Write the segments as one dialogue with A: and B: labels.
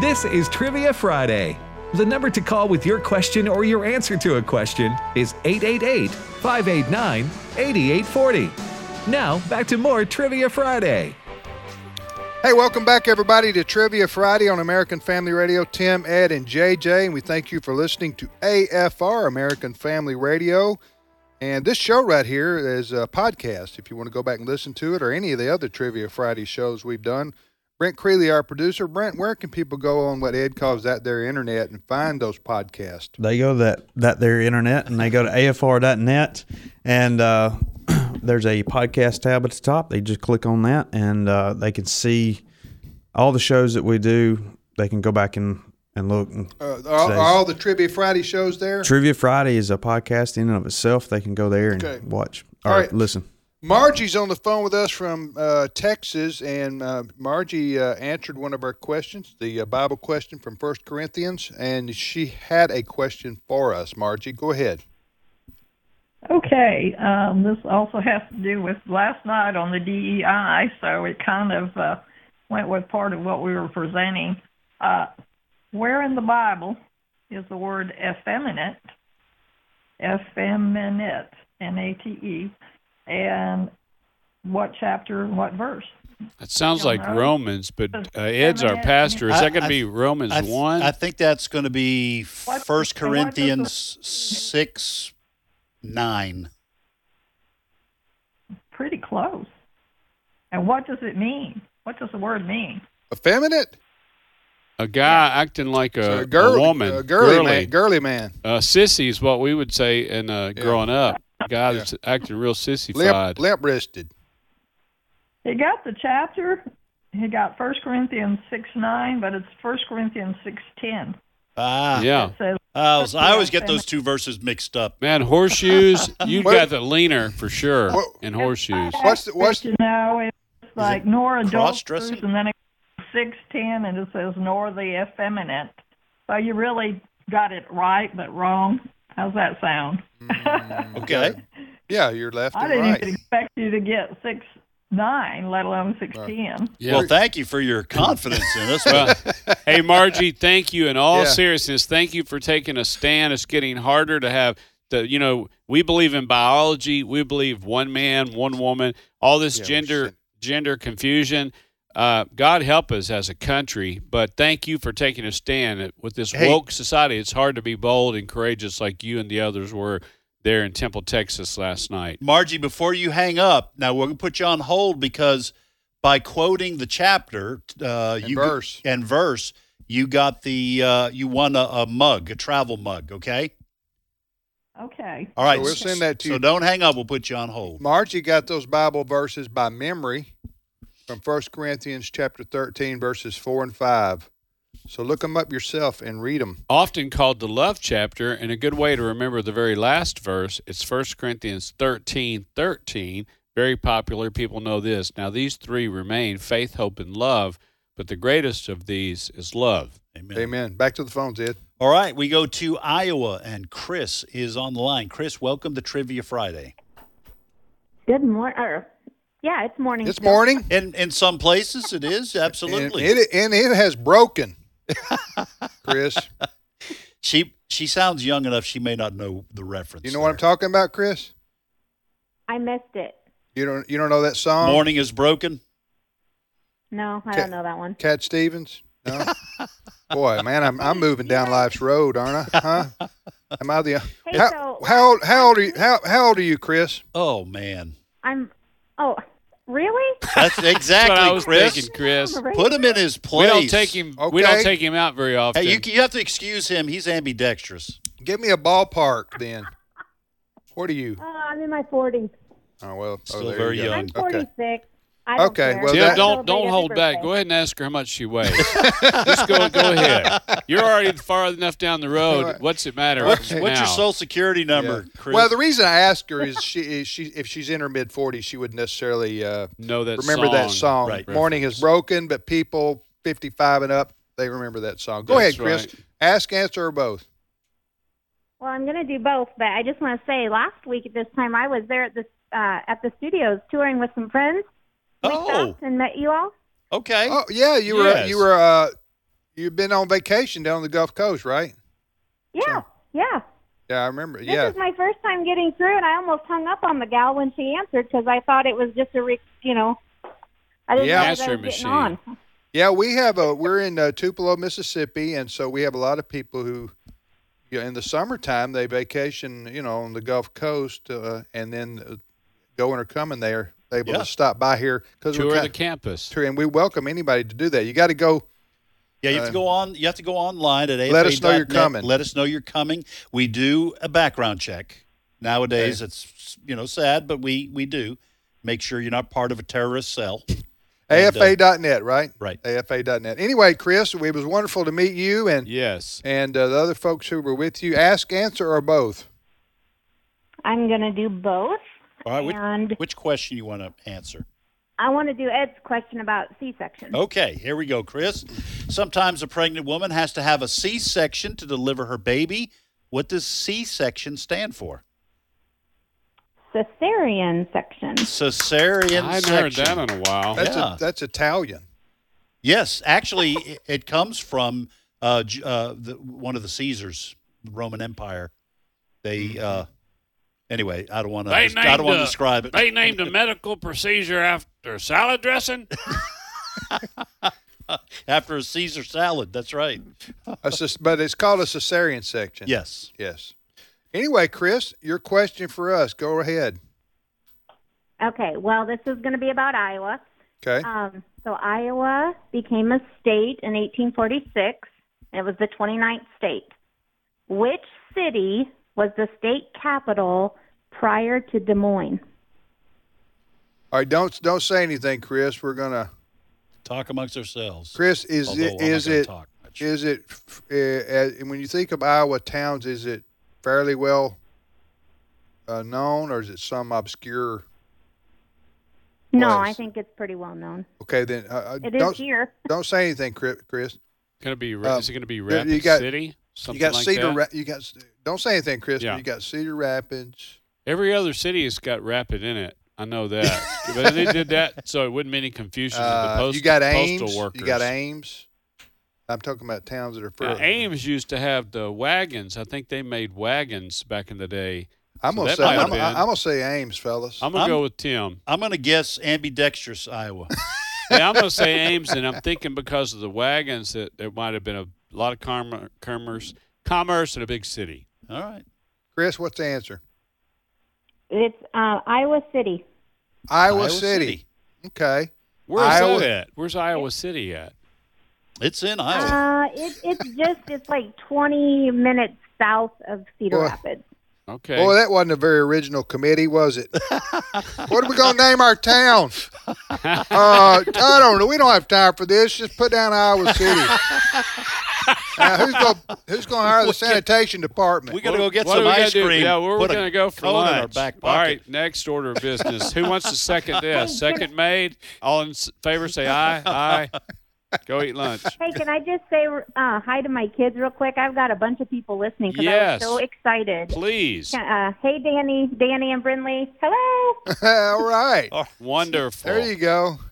A: This is Trivia Friday. The number to call with your question or your answer to a question is 888 589 8840. Now, back to more Trivia Friday.
B: Hey, welcome back, everybody, to Trivia Friday on American Family Radio. Tim, Ed, and JJ, and we thank you for listening to AFR, American Family Radio. And this show right here is a podcast. If you want to go back and listen to it or any of the other Trivia Friday shows we've done, Brent Creeley, our producer. Brent, where can people go on what Ed calls that their internet and find those podcasts?
C: They go to that that their internet and they go to afr.net and uh, there's a podcast tab at the top. They just click on that and uh, they can see all the shows that we do. They can go back and and look. And
B: Uh, are, are all the Trivia Friday shows there?
C: Trivia Friday is a podcast in and of itself. They can go there and
B: Okay.
C: watch
B: All
C: or
B: right.
C: listen.
B: Margie's on the phone with us from uh, Texas, and uh, Margie uh, answered one of our questions, the uh, Bible question from First Corinthians, and she had a question for us. Margie, go ahead.
D: Okay, um, this also has to do with last night on the DEI, so it kind of uh, went with part of what we were presenting. Uh, where in the Bible is the word effeminate? Effeminate, N A T E, and what chapter and what verse?
E: That sounds like
D: know.
E: Romans, but uh, Ed's our
D: Romans.
E: pastor. Is
F: I-
E: that going
F: I-
E: to be Romans
F: I th-
E: 1?
F: I think that's going to be
D: What-
F: First
D: and what does the-
F: Corinthians six nine.
D: Pretty close. And what does it mean? What does the word mean?
B: Effeminate?
E: a guy acting like
B: So
E: a,
B: a girl-
E: a woman.
B: a girly,
E: girly.
B: man. Girly man.
E: Uh, sissy is what we would say in uh,
B: Yeah.
E: growing up. A guy
B: Yeah.
E: that's acting real sissified.
B: Limp, limp wristed.
D: He got the chapter. He got First Corinthians six nine, but it's First Corinthians six ten.
F: Ah,
E: Yeah.
D: says
F: I was- I always get those two verses mixed up.
E: Man, horseshoes, you
B: What-
E: got the leaner for sure
B: What-
E: in horseshoes.
B: What's the- what's-
D: you know it's like nor adulterers,
F: cross-dressing?
D: and then it six ten, and it says nor the effeminate. So you really got it right, but wrong. How's that sound?
F: Okay.
B: Yeah, you're left
D: I
B: and
D: didn't
B: right.
D: even expect you to get six nine, let alone six ten.
E: Yeah.
F: Well, thank you for your confidence in us.
E: Well, hey, Margie, thank you. In all
B: Yeah.
E: seriousness, thank you for taking a stand. It's getting harder to have the, you know, we believe in biology. We believe one man, one woman. All this
B: Yeah, we
E: gender
B: should.
E: gender confusion. Uh, God help us as a country. But thank you for taking a stand with this
F: Hey.
E: woke society. It's hard to be bold and courageous like you and the others were there in Temple, Texas last night.
F: Margie, before you hang up, now we're going to put you on hold because by quoting the chapter uh,
B: And
F: you
B: verse.
F: and verse, you got the uh, you won a, a mug, a travel mug. Okay.
D: Okay.
F: All right.
B: So we'll send that to
F: So
B: you.
F: don't hang up. We'll put you on hold.
B: Margie got those Bible verses by memory from 1 Corinthians chapter 13, verses 4 and 5. So look them up yourself and read them.
E: often called the love chapter and a good way to remember the very last verse it's 1 corinthians 13 13 very popular people know this now these three remain faith hope and love but the greatest of these is love
F: Amen.
B: Amen. Back to the phones, Ed.
F: All right. We go to Iowa, and Chris is on the line. Chris, welcome to Trivia Friday.
G: Good morning. Or, yeah, it's morning.
B: It's
G: still.
B: morning.
F: In in some places, it is
B: And
F: absolutely.
B: it, and it has broken. Chris,
F: She she sounds young enough. She may not know the reference.
B: you know what I'm
F: there.
B: talking about, Chris?
G: I missed it.
B: You don't you don't know that song?
F: Morning is broken.
G: No, I
B: Okay.
G: don't know that one.
B: Cat Stevens? No. Boy, man, I'm I'm moving down life's road, aren't I? Huh? Am I the
G: Hey,
B: how,
G: so- uh,
B: how old how old are you how, how old are you, Chris?
F: Oh man,
G: I'm. Oh, really?
F: that's exactly
E: what i was
F: Chris.
E: thinking chris
F: Put him in his
E: we
F: place.
E: don't take him we
B: Okay.
E: don't take him out very often
F: Hey, you, you have to excuse him. He's ambidextrous.
B: Give me a ballpark then. What are you?
G: Oh, I'm in my 40s.
B: Oh well, oh,
F: Still
B: there you
F: very
B: go.
F: young.
G: I'm
F: Okay.
G: 46. I don't
B: Okay,
G: care.
B: well,
E: Tim,
B: that-
E: don't don't
G: Celebrate
E: hold
G: every
E: back.
G: birthday.
E: Go ahead and ask her how much she weighs. Just go go ahead. You're already far enough down the road. What's it matter?
F: What's,
E: now?
F: what's your social security number,
B: Yeah.
F: Chris?
B: Well, the reason I ask her is she is she if she's in her mid 40s, she wouldn't necessarily uh,
E: Know that
B: remember that song.
F: Right.
B: Morning is broken, but people 55 and up they remember that song. Go
E: That's
B: ahead, Chris.
E: right.
B: Ask, answer, or both.
G: Well, I'm gonna do both, but I just want to say, last week at this time, I was there at the uh, at the studios touring with some friends. We
F: oh,
G: stopped and met you all.
F: okay.
B: Oh yeah, you were
F: Yes.
B: you were uh, You've been on vacation down the Gulf Coast, right?
G: Yeah, yeah.
B: Yeah, I remember.
G: This
B: Yeah.
G: is my first time getting through, and I almost hung up on the gal when she answered because I thought it was just a, re- you know, I didn't
B: Yeah.
G: realize I was
E: Answering
G: getting
E: machine.
G: on.
B: Yeah, we have a we're in uh, Tupelo, Mississippi, and so we have a lot of people who, you know, in the summertime they vacation, you know, on the Gulf Coast, uh, and then uh, going or coming, they are able
F: Yeah.
B: to stop by here because
E: Tour the campus.
B: and we welcome anybody to do that. You got to go.
F: Yeah, you have
B: Uh,
F: to go on. You have to go online at AFA.
B: Let us know you're coming.
F: Let us know you're coming. We do a background check nowadays. It's you know sad, but we we do make sure you're not part of a terrorist cell. And, uh,
B: AFA.net, right?
F: right.
B: AFA.net. Anyway, Chris, it was wonderful to meet you and
E: Yes.
B: and uh, the other folks who were with you. Ask, answer, or both.
G: I'm gonna do both,
F: All right, which,
G: and
F: which question you want to answer?
G: I want to do Ed's question about C-section.
B: Oh.
F: Okay, here we go, Chris. Sometimes a pregnant woman has to have a C-section to deliver her baby. What does C-section stand for?
G: Cesarean section.
F: Cesarean
E: I
F: section.
E: haven't heard that in a while.
B: That's
F: Oh, Yeah.
B: a, that's Italian.
F: Yes, actually, i- it comes from uh, J- uh, the, one of the Caesars, the Roman Empire. They
B: Mm-hmm.
F: uh, anyway, I don't want to.
E: They
F: I
E: named
F: don't want
E: a-
F: to describe it.
E: They named a medical procedure after salad dressing.
F: After a Caesar salad, that's right.
B: A ces- but it's called a cesarean section.
F: Yes.
B: Yes. Anyway, Chris, your question for us. Go ahead.
G: Okay, well, this is gonna be about Iowa.
B: Okay.
G: Um, so Iowa became a state in 1846. It was the 29th state. Which city was the state capital prior to Des Moines?
B: All right. Don't don't say anything, Chris. We're gonna.
F: Talk amongst ourselves.
B: Chris, is
F: Although I'm
B: it
F: not
B: is
F: gonna
B: it
F: talk much.
B: is it f- uh, uh, and when you think of Iowa towns, is it fairly well uh, known, or is it some obscure?
G: No,
B: Place.
G: I think it's pretty well known.
B: Okay, then uh, uh,
G: It is
B: don't
G: here.
B: don't say anything, Chris. Chris.
E: Gonna be.
B: Um,
E: is it gonna be
B: you
E: Rapid
B: got-
E: City? Something
B: you got
E: like
B: Cedar.
E: that?
B: Ra- you got s- don't say anything, Chris. but
E: Yeah.
B: You got Cedar Rapids.
E: Every other city has got Rapid in it. I know that, but they did that so it wouldn't be any confusion with
B: Uh,
E: the post,
B: you got
E: postal
B: Ames.
E: workers.
B: You got Ames. I'm talking about towns that are
E: Now,
B: further.
E: Ames used to have the wagons. I think they made wagons back in the day.
B: I'm
E: so
B: gonna
E: that
B: say
E: might have
B: I'm,
E: been.
B: I'm gonna say Ames, fellas.
E: I'm gonna
F: I'm-
E: go with Tim.
F: I'm going to guess ambidextrous Iowa.
E: Yeah, I'm gonna say Ames, and I'm thinking because of the wagons that there might have been a lot of com- commerce, commerce in a big city.
F: All right.
B: Chris, what's the answer?
G: It's uh, Iowa City.
B: Iowa, City. Okay.
E: Where's
B: Iowa-
E: that at? Where's Iowa City at?
F: It's in
E: Oh.
F: Iowa.
G: Uh, it, it's just it's like 20 minutes south of Cedar
B: Boy.
G: Rapids.
E: Okay.
B: Boy, that wasn't a very original committee, was it? what are we gonna name our town? Uh, I don't know. We don't have time for this. Just put down Iowa City. now, who's gonna who's gonna hire the sanitation department?
F: we got to go get
E: Ah. What are
F: some
E: we gonna
F: ice
E: do?
F: cream.
E: Yeah, where we're
F: put a
E: gonna go for
F: cone
E: lunch.
F: in our back
E: All
F: pocket.
E: right, next order of business. Who wants to second this? Second made. All in s- favor, say aye. Aye. Go eat lunch.
G: Hey, can I just say uh, hi to my kids real quick? I've got a bunch of people listening because
E: Yes.
G: I was so excited.
E: Please.
G: Uh, hey, Danny, Danny and Brindley. Hello.
B: all right.
E: Wonderful.
B: There you go.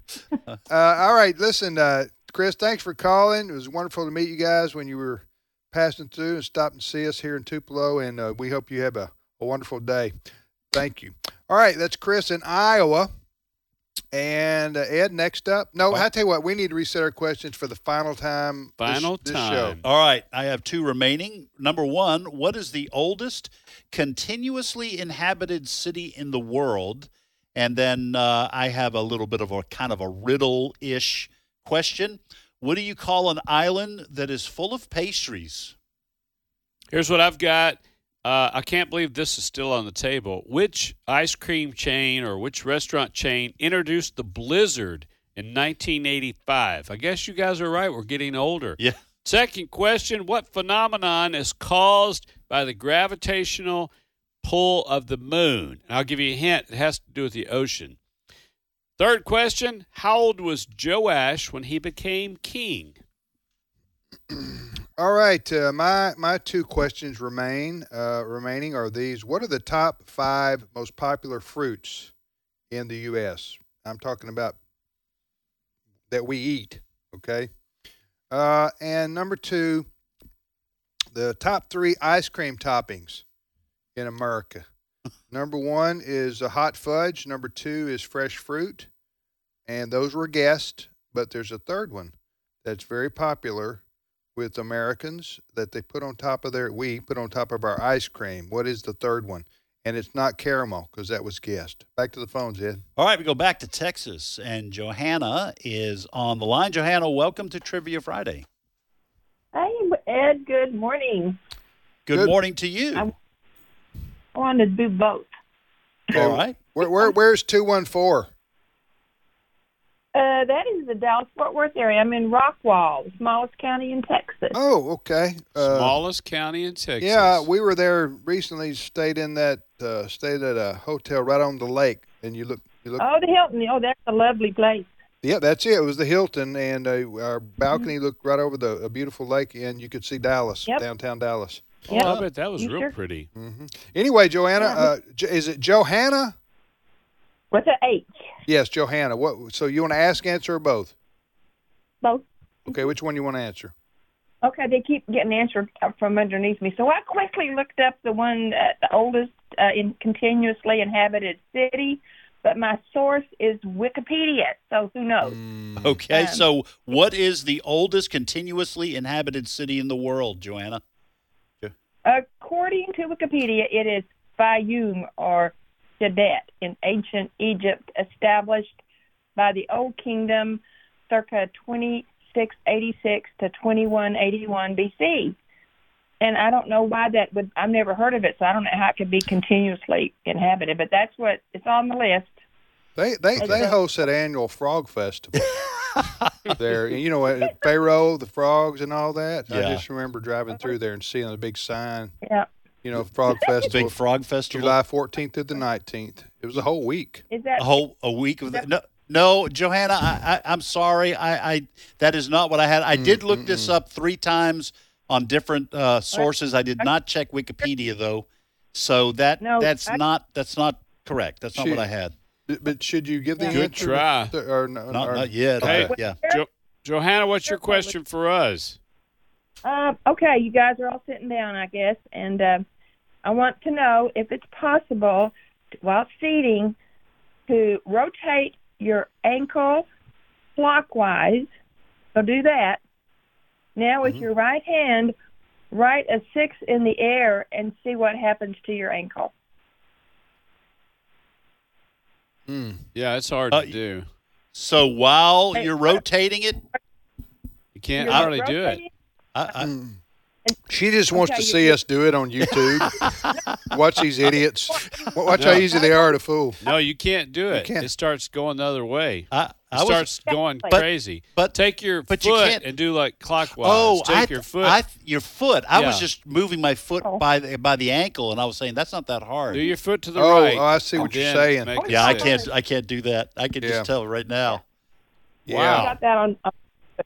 B: Uh, all right. Listen, uh, Chris, thanks for calling. It was wonderful to meet you guys when you were passing through and stopped and see us here in Tupelo. And uh, we hope you have a, a wonderful day. Thank you. All right. That's Chris in Iowa. And uh, Ed, next up. No, I tell you what, we need to reset our questions for the final time. this-
E: Final
B: this,
E: time.
F: All right, I have two remaining. Number one, what is the oldest continuously inhabited city in the world? And then uh, I have a little bit of a kind of a riddle ish question. What do you call an island that is full of pastries?
E: Here's what I've got. Uh, I can't believe this is still on the table. Which ice cream chain or which restaurant chain introduced the blizzard in 1985? I guess you guys are right. We're getting older.
F: Yeah.
E: Second question What phenomenon is caused by the gravitational pull of the moon? And I'll give you a hint it has to do with the ocean. Third question How old was Joash when he became king?
B: All right, uh, my my two questions remain uh, remaining are these: What are the top five most popular fruits in the U.S.? I'm talking about that we eat. Okay, Uh, and number two, the top three ice cream toppings in America. number one is a hot fudge. Number two is fresh fruit. And those were guessed, but there's a third one that's very popular with Americans that they put on top of their, we put on top of our ice cream. What is the third one? And it's not caramel because that was guessed. Back to the phones, Ed.
F: All right, we go back to Texas, and Johanna is on the line. Johanna, welcome to Trivia Friday.
H: Hey, Ed, good morning.
F: Good,
B: Good-
F: morning to you.
H: I'm- I want to do both.
F: All right.
B: Where, where, where's 214?
H: Uh, that is the Dallas Fort Worth area. I'm in Rockwall, the smallest county in Texas.
B: Oh, okay. Uh,
E: Smallest county in Texas.
B: Yeah, we were there recently. Stayed in that uh, stayed at a hotel right on the lake, and you look you look.
H: Oh, the Hilton. Oh, that's a lovely place.
B: Yeah, that's it. It was the Hilton, and uh, our balcony looked right over the a beautiful lake, and you could see Dallas,
H: Yep.
B: downtown Dallas.
E: Oh,
H: Yeah.
E: I bet that was
H: You
E: real
H: sure?
E: pretty.
B: hmm Anyway, Joanna, uh, J- is it Johanna?
H: With an H.
B: Yes, Johanna. What? So you want to ask, answer, or both?
H: Both.
B: Okay, which one you want to answer?
H: Okay, they keep getting answered up from underneath me. So I quickly looked up the one, uh, the oldest uh, in continuously inhabited city, but my source is Wikipedia, so who knows?
F: Okay,
H: Um,
F: so what is the oldest continuously inhabited city in the world, Joanna?
H: According to Wikipedia, it is Fayum or Shadet in ancient Egypt, established by the Old Kingdom circa 2686 to 2181 BC. And I don't know why that would, I've never heard of it, so I don't know how it could be continuously inhabited, but that's what, it's on the list.
B: They they, they host that annual frog festival there. And You know, uh, Pharaoh, the frogs, and all that. I
F: Yeah.
B: just remember driving through there and seeing the big sign.
H: Yeah.
B: You know, Frog
F: The
B: Festival,
F: Big Frog Festival.
B: July 14th through the 19th. It was a whole week.
H: Is that,
F: A whole a week of that. No, no, Johanna, I, I, I'm sorry. I, I that is not what I had. I
E: Mm,
F: did look this up three times on different uh, sources. I did not check Wikipedia though, so that
H: No,
F: that's
H: I-
F: not that's not correct. That's not
B: Shoot.
F: what I had.
B: But- But should you give the
E: Good
B: answer?
E: try.
B: Or, no-
F: Not,
B: or-
F: not yet.
E: Hey.
F: Okay, Yeah.
E: Jo- Johanna, what's your question for us?
H: uh, okay, you guys are all sitting down, I guess, and uh, I want to know if it's possible while seating to rotate your ankle clockwise. So do that. Now
E: Mm-hmm.
H: with your right hand, write a six in the air and see what happens to your ankle.
B: Hmm.
E: Yeah, it's hard
F: Uh,
E: to do.
F: So while
H: Hey,
F: you're
H: I-
F: rotating it,
E: You can't
H: You're
E: hardly do it.
H: rotating-
F: I, I,
E: Mm.
B: She just wants
H: Okay,
B: to
H: you-
B: see us do it on YouTube. watch these idiots. Wa- Watch how
E: No.
B: easy they are to fool.
E: No, you can't do it.
B: can't.
E: It starts going the other way.
F: I,
E: It
F: I was
E: starts going
H: But-
E: crazy.
F: but-
E: take your
F: but you
E: foot
F: can't-
E: and do like clockwise.
F: Oh,
E: take
F: I,
E: your foot.
F: I, your foot. I was
E: Yeah.
F: just moving my foot
H: Oh.
F: by the by the ankle, and I was saying that's not that hard.
E: do your foot to the
B: Oh,
E: right.
B: oh, I see what
E: and
B: you're
E: then
B: saying.
E: make a
F: yeah, I
E: six.
F: can't. I can't do that. I can
B: Yeah.
F: just tell right now.
H: I
E: Wow.
H: got that on uh,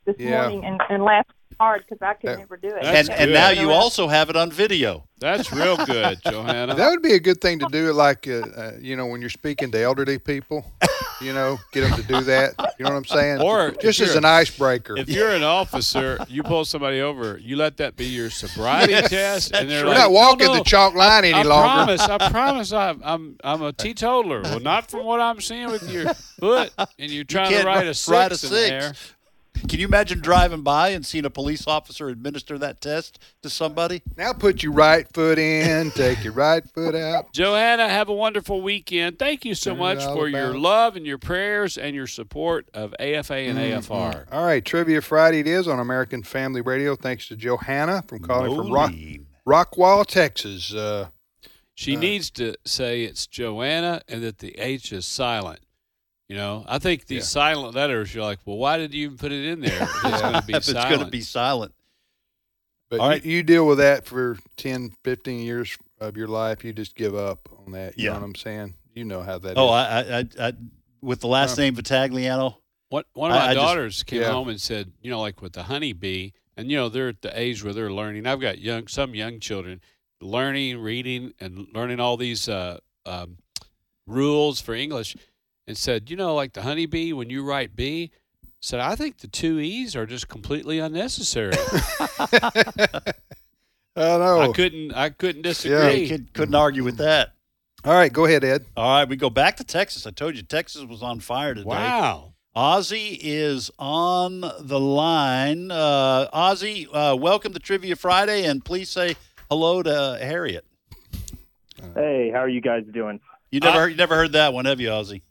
H: this
B: Yeah.
H: morning and, and laughed hard because I could
B: That-
H: never do it.
E: That's
F: And and
E: good.
F: now you also have it on video.
E: That's real good, Johanna.
B: That would be a good thing to do, like uh, uh, you know, when you're speaking to elderly people, you know, get them to do that. You know what I'm saying?
E: Or if
B: just as
E: you're-
B: an icebreaker.
E: If you're an officer, you pull somebody over, you let that be your sobriety test, and they're
B: We're
E: like,
B: not walking
E: "No, no,
B: the chalk line any
E: I
B: longer.
E: promise, I promise, I'm, I'm I'm a teetotaler. Well, not from what I'm seeing with your foot, and you're trying
F: can't
E: to write
F: ri-
E: a six
F: write a
E: in
F: six.
E: there.
F: Can you imagine driving by and seeing a police officer administer that test to somebody?
B: Now put your right foot in, take your right foot out.
E: Johanna, have a wonderful weekend. Thank you so
B: Turn it
E: much
B: all
E: for your
B: about.
E: love and your prayers and your support of AFA and
F: Mm-hmm.
E: AFR.
B: All right, Trivia Friday it is on American Family Radio. Thanks to Johanna from calling from Rock,
F: Moline.
B: Rockwall, Texas. Uh,
E: She needs to say it's Joanna and that the H is silent. You know, I think these silent letters, you're like, well, why did you even put it in there? if It's going to be
F: if it's
E: silent.
F: going to be silent,
B: but
F: All right.
B: you, you deal with that for 10, 15 years of your life. You just give up on that. You
F: Yeah.
B: know what I'm saying? You know how that
F: oh,
B: is.
F: I, I, I, I, with the last name Vitagliano,
E: One, one of
F: I-
E: my
F: I just-
E: daughters came
B: yeah.
E: home and said, you know, like with the honeybee, and you know they're at the age where they're learning. I've got young, some young children learning, reading, and learning all these uh, um, rules for English, and said, you know, like the honeybee, when you write B, said, I think the two E's are just completely unnecessary.
B: I
E: I
B: know.
E: couldn't I couldn't
B: Yeah.
E: disagree.
F: Hey, could, couldn't argue with that.
B: All right, go ahead, Ed.
F: All right, we go back to Texas. I told you Texas was on fire today.
E: wow.
F: Ozzy is on the line. Uh, Ozzy, uh, welcome to Trivia Friday, and please say hello to Harriet.
I: Hey, how are you guys doing?
F: You never,
E: Uh,
F: heard, you never heard that one, have you, Ozzy?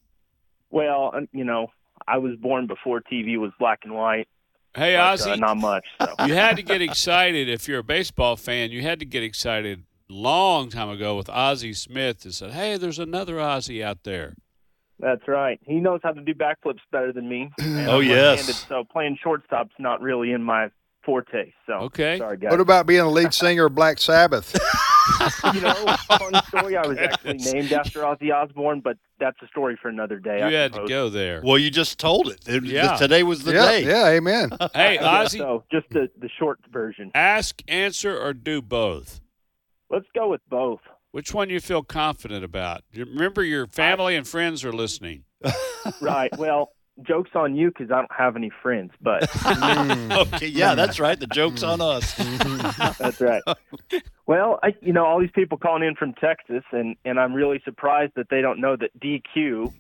I: Well, um, you know, I was born before TV was black and white.
E: Hey
I: but, uh,
E: Ozzy,
I: not much. So.
E: you had to get excited if you're a baseball fan. You had to get excited long time ago with Ozzy Smith and said, "Hey, there's another Ozzy out there."
I: That's right. He knows how to do backflips better than me. and
F: Oh,
I: I'm
F: yes.
I: left-handed, So playing shortstop's not really in my forte. So
E: Okay.
I: sorry guys.
B: What about being a lead singer of Black Sabbath?
I: you know, fun story. I was actually named after Ozzy Osbourne, but that's a story for another day. I
E: you had to
I: suppose.
E: go there.
F: Well, you just told it. It-
E: Yeah.
F: Today was the
B: yeah,
F: day.
B: yeah, amen.
E: hey
I: Yeah,
E: Ozzy,
I: So just the the short version.
E: ask, answer, or do both.
I: Let's go with both.
E: Which one you feel confident about? You- Remember, your family and friends are listening.
I: Right. Well, jokes on you because I don't have any friends, but.
F: okay, yeah, that's right. The joke's on us.
I: That's right. Well, I, you know, all these people calling in from Texas, and and I'm really surprised that they don't know that DQ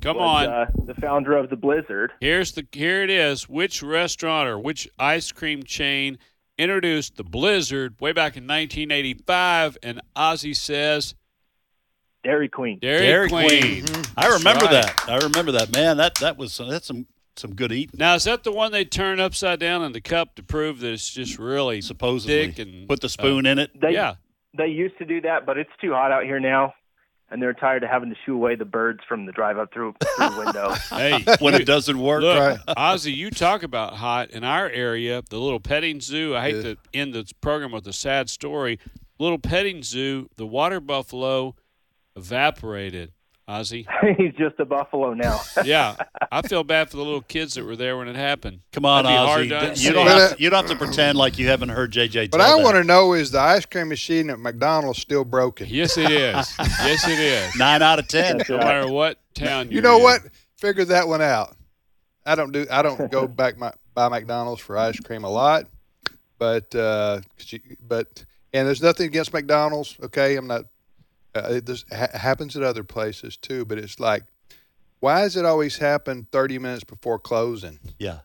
E: Come
I: was
E: on.
I: Uh, the founder of the Blizzard.
E: Here's the here it is. Which restaurant or which ice cream chain introduced the Blizzard way back in 1985? And Ozzy says
I: Dairy Queen.
E: Dairy, Queen.
F: I remember
E: right.
F: that. I remember that. Man, that that was that's some some good eating.
E: Now is that the one they turn upside down in the cup to prove that it's just really
F: Supposedly,
E: thick and
F: put the spoon in it.
I: They,
E: yeah.
I: They used to do that, but it's too hot out here now, and they're tired of having to shoo away the birds from the drive-up through, through window.
E: Hey,
F: when it doesn't work.
E: Look,
B: Right.
E: Ozzy, you talk about hot in our area. The little petting zoo. I hate to end this program with a sad story. Little petting zoo. The water buffalo evaporated. Ozzy.
I: He's just a buffalo now.
E: Yeah, I feel bad for the little kids that were there when it happened.
F: Come on,
E: That'd be hard to
F: Ozzy. D- You
E: unsee.
F: don't,
B: But,
F: have
B: uh,
F: to, you don't have to pretend like you haven't heard JJ.
B: But I want to know is the ice cream machine at McDonald's still broken?
E: Yes, it is. Yes, it is.
F: nine out of ten.
E: No matter what town
B: You
E: you're
B: know
E: in.
B: what? Figure that one out. I don't do. I don't go back my buy McDonald's for ice cream a lot, but uh, 'cause you- but and there's nothing against McDonald's. Okay, I'm not. Uh, it this ha- happens at other places too, but it's like, why does it always happen 30 minutes before closing?
F: yeah,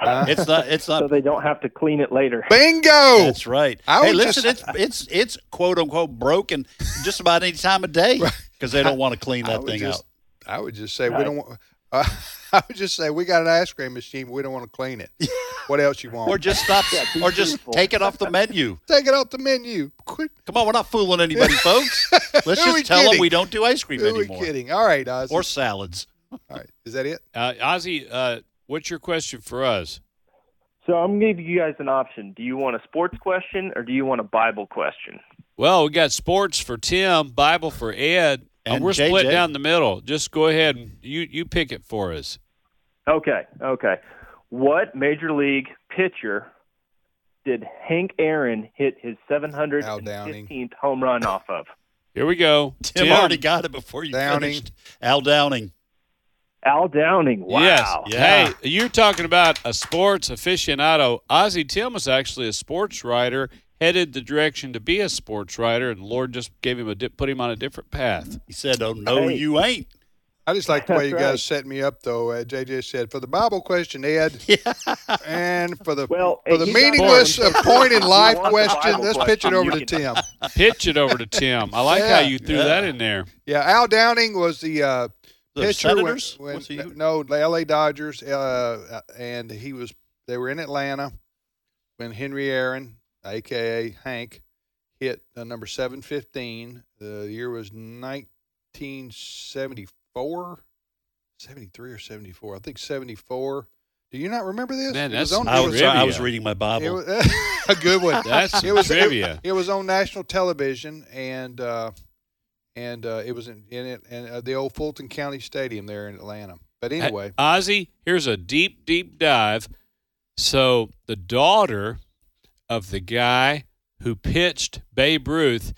B: Huh?
F: it's not. It's
I: so
F: not.
I: they don't have to clean it later.
B: Bingo!
F: That's right.
B: I
F: hey,
B: would
F: listen,
B: just-
F: it's it's it's quote unquote broken just about any time of day because they don't want to clean
B: I
F: that
B: would
F: thing
B: just,
F: out.
B: I would just say we don't. want uh, I would just say we got an ice cream machine, but we don't want to clean it. what else you want?
F: Or just stop.
I: be
F: or just
I: truthful.
F: take it off the menu.
B: take it off the menu. Quit.
F: Come on, we're not fooling anybody, folks. Let's
B: Who are we
F: just tell them
B: kidding?
F: we don't do ice cream
B: Who are we
F: anymore
B: kidding? All right, Ozzy.
F: or salads.
B: All right, is that it?
E: Uh, Ozzy, uh, what's your question for us?
I: So I'm going to give you guys an option. Do you want a sports question or do you want a Bible question?
E: Well, we got sports for Tim, Bible for Ed, and,
F: And
E: we're split
F: JJ.
E: down the middle. Just go ahead and you you pick it for us.
I: Okay, okay. What major league pitcher did Hank Aaron hit his
B: Al Downing.
I: 715th home run off of?
E: Here we go.
F: Tim, already got it before you
B: Downing.
F: finished. Al Downing.
I: Al Downing. Wow.
E: Yes.
F: Yeah.
E: Hey, you're talking about a sports aficionado. Ozzy Tim is actually a sports writer, headed the direction to be a sports writer, and the Lord just gave him a di- put him on a different path.
F: He said, "Oh no,
I: Hey.
F: you ain't."
B: I just like the way
I: That's
B: you
I: right.
B: guys set me up, though. Uh, JJ said for the Bible question, Ed, and for the
I: Well,
B: for the
I: you got
B: meaningless
I: one.
B: uh, point in
I: You
B: life
I: want the
B: question.
I: Bible
B: Let's pitch it
I: question,
B: over
I: you
B: to Tim.
E: Pitch it over to Tim. I like how
B: Yeah,
E: you threw
F: yeah.
E: that in there.
B: Yeah, Al Downing was the uh,
F: The
B: pitcher. when-
F: Senators?
B: when-
F: Was he-
B: no, the L.A. Dodgers, uh, and he was. They were in Atlanta when Henry Aaron, aka Hank, hit uh, number seven fifteen. The year was nineteen seventy four. 73 or 74 i think 74 do you not remember this
E: Man,
B: It was
E: that's
B: on-
F: I
B: it
F: was,
E: Trivia.
F: I was reading my Bible.
B: it was- a good one.
E: That's
B: it was,
E: trivia.
B: It, it was on national television, and uh, and uh, it was in, in it in uh, the old Fulton County Stadium there in Atlanta. But anyway,
E: Hey, Ozzy, here's a deep, deep dive. So the daughter of the guy who pitched Babe Ruth,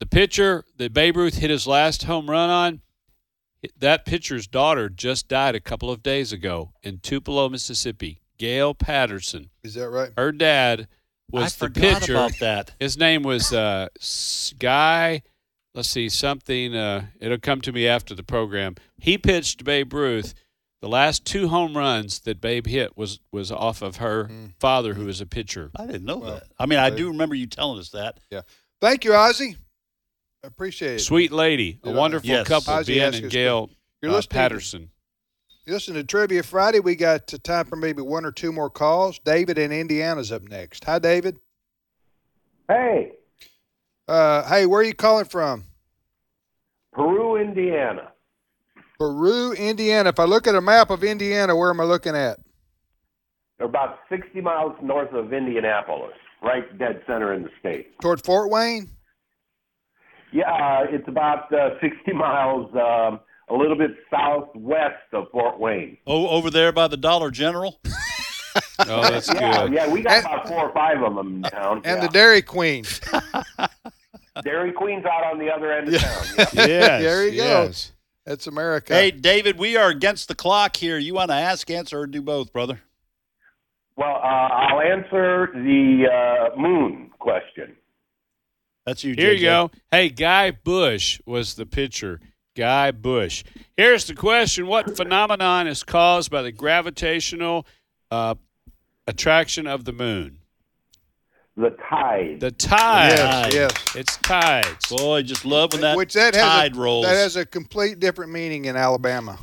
E: the pitcher that Babe Ruth hit his last home run on, That pitcher's daughter just died a couple of days ago in Tupelo, Mississippi. Gail Patterson.
B: Is that right?
E: Her dad was
F: I
E: the
F: forgot
E: pitcher.
F: about that.
E: His name was uh, S- Guy. Let's see something. Uh, it'll come to me after the program. He pitched Babe Ruth. The last two home runs that Babe hit was was off of her
B: Hmm.
E: father, who was a pitcher.
F: I didn't know
B: Well,
F: that. I mean, I
B: they-
F: do remember you telling us that.
B: Thank you, Ozzy. I appreciate it.
E: Sweet lady, a
B: Did I-
E: wonderful
F: Yes.
E: couple,
B: Ozzie
E: Ben
B: asked
E: and
B: his
E: Gail
B: You're
E: uh,
B: listening to-
E: Patterson.
B: You Listen to Trivia Friday. We got uh, time for maybe one or two more calls. David in Indiana's up next. Hi, David.
I: Hey,
B: Uh, hey, where are you calling from?
I: Peru, Indiana.
B: Peru, Indiana. If I look at a map of Indiana, where am I looking at?
I: They're about 60 miles north of Indianapolis, right dead center in the state.
B: Toward Fort Wayne?
I: Yeah, uh, it's about uh, 60 miles um, a little bit southwest of Fort Wayne.
F: Oh, over there by the Dollar General.
E: Oh, that's
I: Yeah,
E: good.
I: yeah, we got
B: And-
I: about four or five of them in town.
B: And
I: yeah.
B: the Dairy Queen.
I: Dairy Queen's out on the other end of town. Yeah.
F: Yes,
B: There you go.
F: yes.
B: That's America.
F: Hey, David, we are against the clock here. You want to ask, answer, or do both, brother?
I: Well, uh, I'll answer the uh, moon question.
F: That's you.
E: Here you
F: JJ.
E: go. Hey, Guy Bush was the pitcher. Guy Bush. Here's the question What phenomenon is caused by the gravitational uh, attraction of the moon?
I: The tide.
E: The tides.
B: yes, yes.
E: It's tides.
F: Boy, just love when that
B: Which that has
F: tide
B: a,
F: rolls.
B: That has a complete different meaning in Alabama.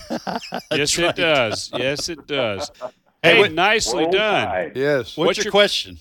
E: yes, it does. Yes, it does.
F: Hey,
E: Hey,
F: what-
E: nicely
I: Roll
E: done.
I: tide.
B: yes.
F: What's,
E: what's
F: your,
E: your-
F: question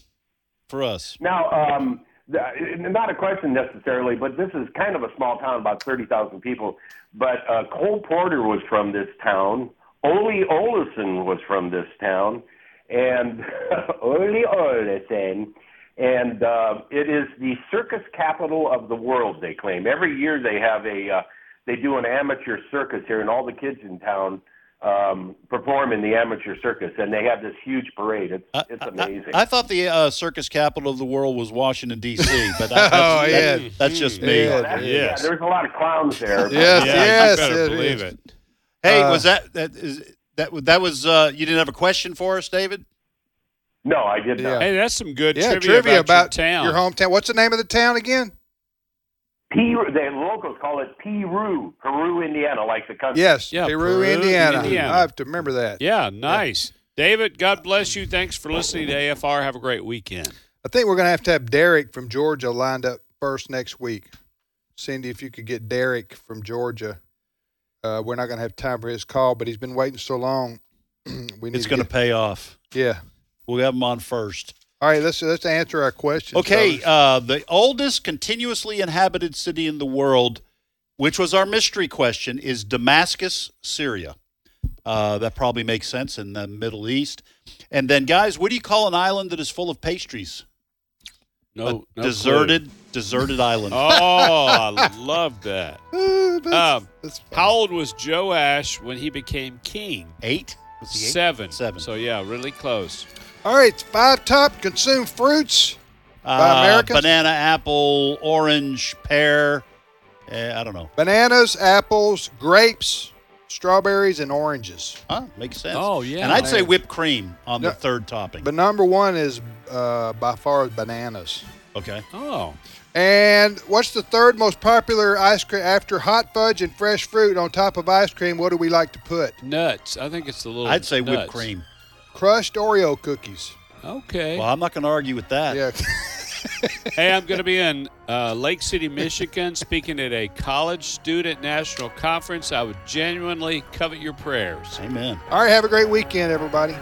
F: for us?
I: Now, um, th- not a question necessarily, but this is kind of a small town, about 30,000 people. But uh, Cole Porter was from this town. Ole Oleson was from this town. And Ole Oleson. And uh, it is the circus capital of the world, they claim. Every year they have a, uh, they do an amateur circus here, and all the kids in town um, perform in the amateur circus. And they have this huge parade. It's,
F: I-
I: it's
F: I-
I: amazing.
F: I, I thought the uh, circus capital of the world was Washington D.C., but I, that's,
B: Oh,
F: that-
B: yeah.
F: that's just me.
B: Yeah.
I: That's-
E: Yes.
I: Yeah, there's a lot of clowns there. but-
B: Yes,
E: Yeah,
B: yes.
E: you better
B: it
E: believe
B: is.
E: it.
F: Hey,
B: Uh,
F: was that that is that that was uh, you didn't have a question for us, David?
I: No, I did not.
E: Hey, that's some good
B: Yeah,
E: trivia, about your town.
B: hometown. What's the name of the town again?
I: Peru, the locals call it Peru, Peru, Indiana, like the country.
B: Yes,
E: Yeah,
B: Peru,
E: Peru,
B: Indiana.
E: Indiana.
B: I have to remember that.
E: Yeah, nice. David, God bless you. Thanks for listening to AFR. Have a great weekend.
B: I think we're going to have to have Derek from Georgia lined up first next week. Cindy, if you could get Derek from Georgia. Uh, we're not going to have time for his call, but he's been waiting so long. we need
F: It's going to
B: to
F: pay off.
B: get- yeah.
F: We'll have them on first.
B: All right, let's let's answer our question.
F: Okay, uh, the oldest continuously inhabited city in the world, which was our mystery question, is Damascus, Syria. Uh, that probably makes sense in the Middle East. And then, guys, what do you call an island that is full of pastries?
E: No,
F: A
E: no clue.
F: deserted, deserted island.
E: Oh, I love that.
F: Uh,
B: Ooh, that's-
E: Um,
B: that's fine.
E: How old was Joash when he became king?
F: Eight? Was he eight?
E: Seven.
F: Seven.
E: So yeah, really close.
B: All right, five top consumed fruits. by
F: Uh,
B: Americans?
F: banana, apple, orange, pear. eh, I don't know.
B: Bananas, apples, grapes, strawberries, and oranges.
F: Huh? Makes sense.
E: Oh, yeah.
F: And I'd say
B: Man.
F: whipped cream on
B: No.
F: the third topping.
B: But number one is uh, by far bananas.
F: okay.
E: Oh,
B: And what's the third most popular ice cream after hot fudge and fresh fruit on top of ice cream? What do we like to put?
E: nuts. I think it's the little.
F: I'd say whipped
E: nuts.
F: cream.
B: Crushed Oreo cookies.
E: Okay.
F: Well, I'm not going to argue with that.
B: Yeah.
E: Hey, I'm going to be in uh, Lake City, Michigan, speaking at a college student national conference. I would genuinely covet your prayers.
F: Amen.
B: All right, have a great weekend, everybody.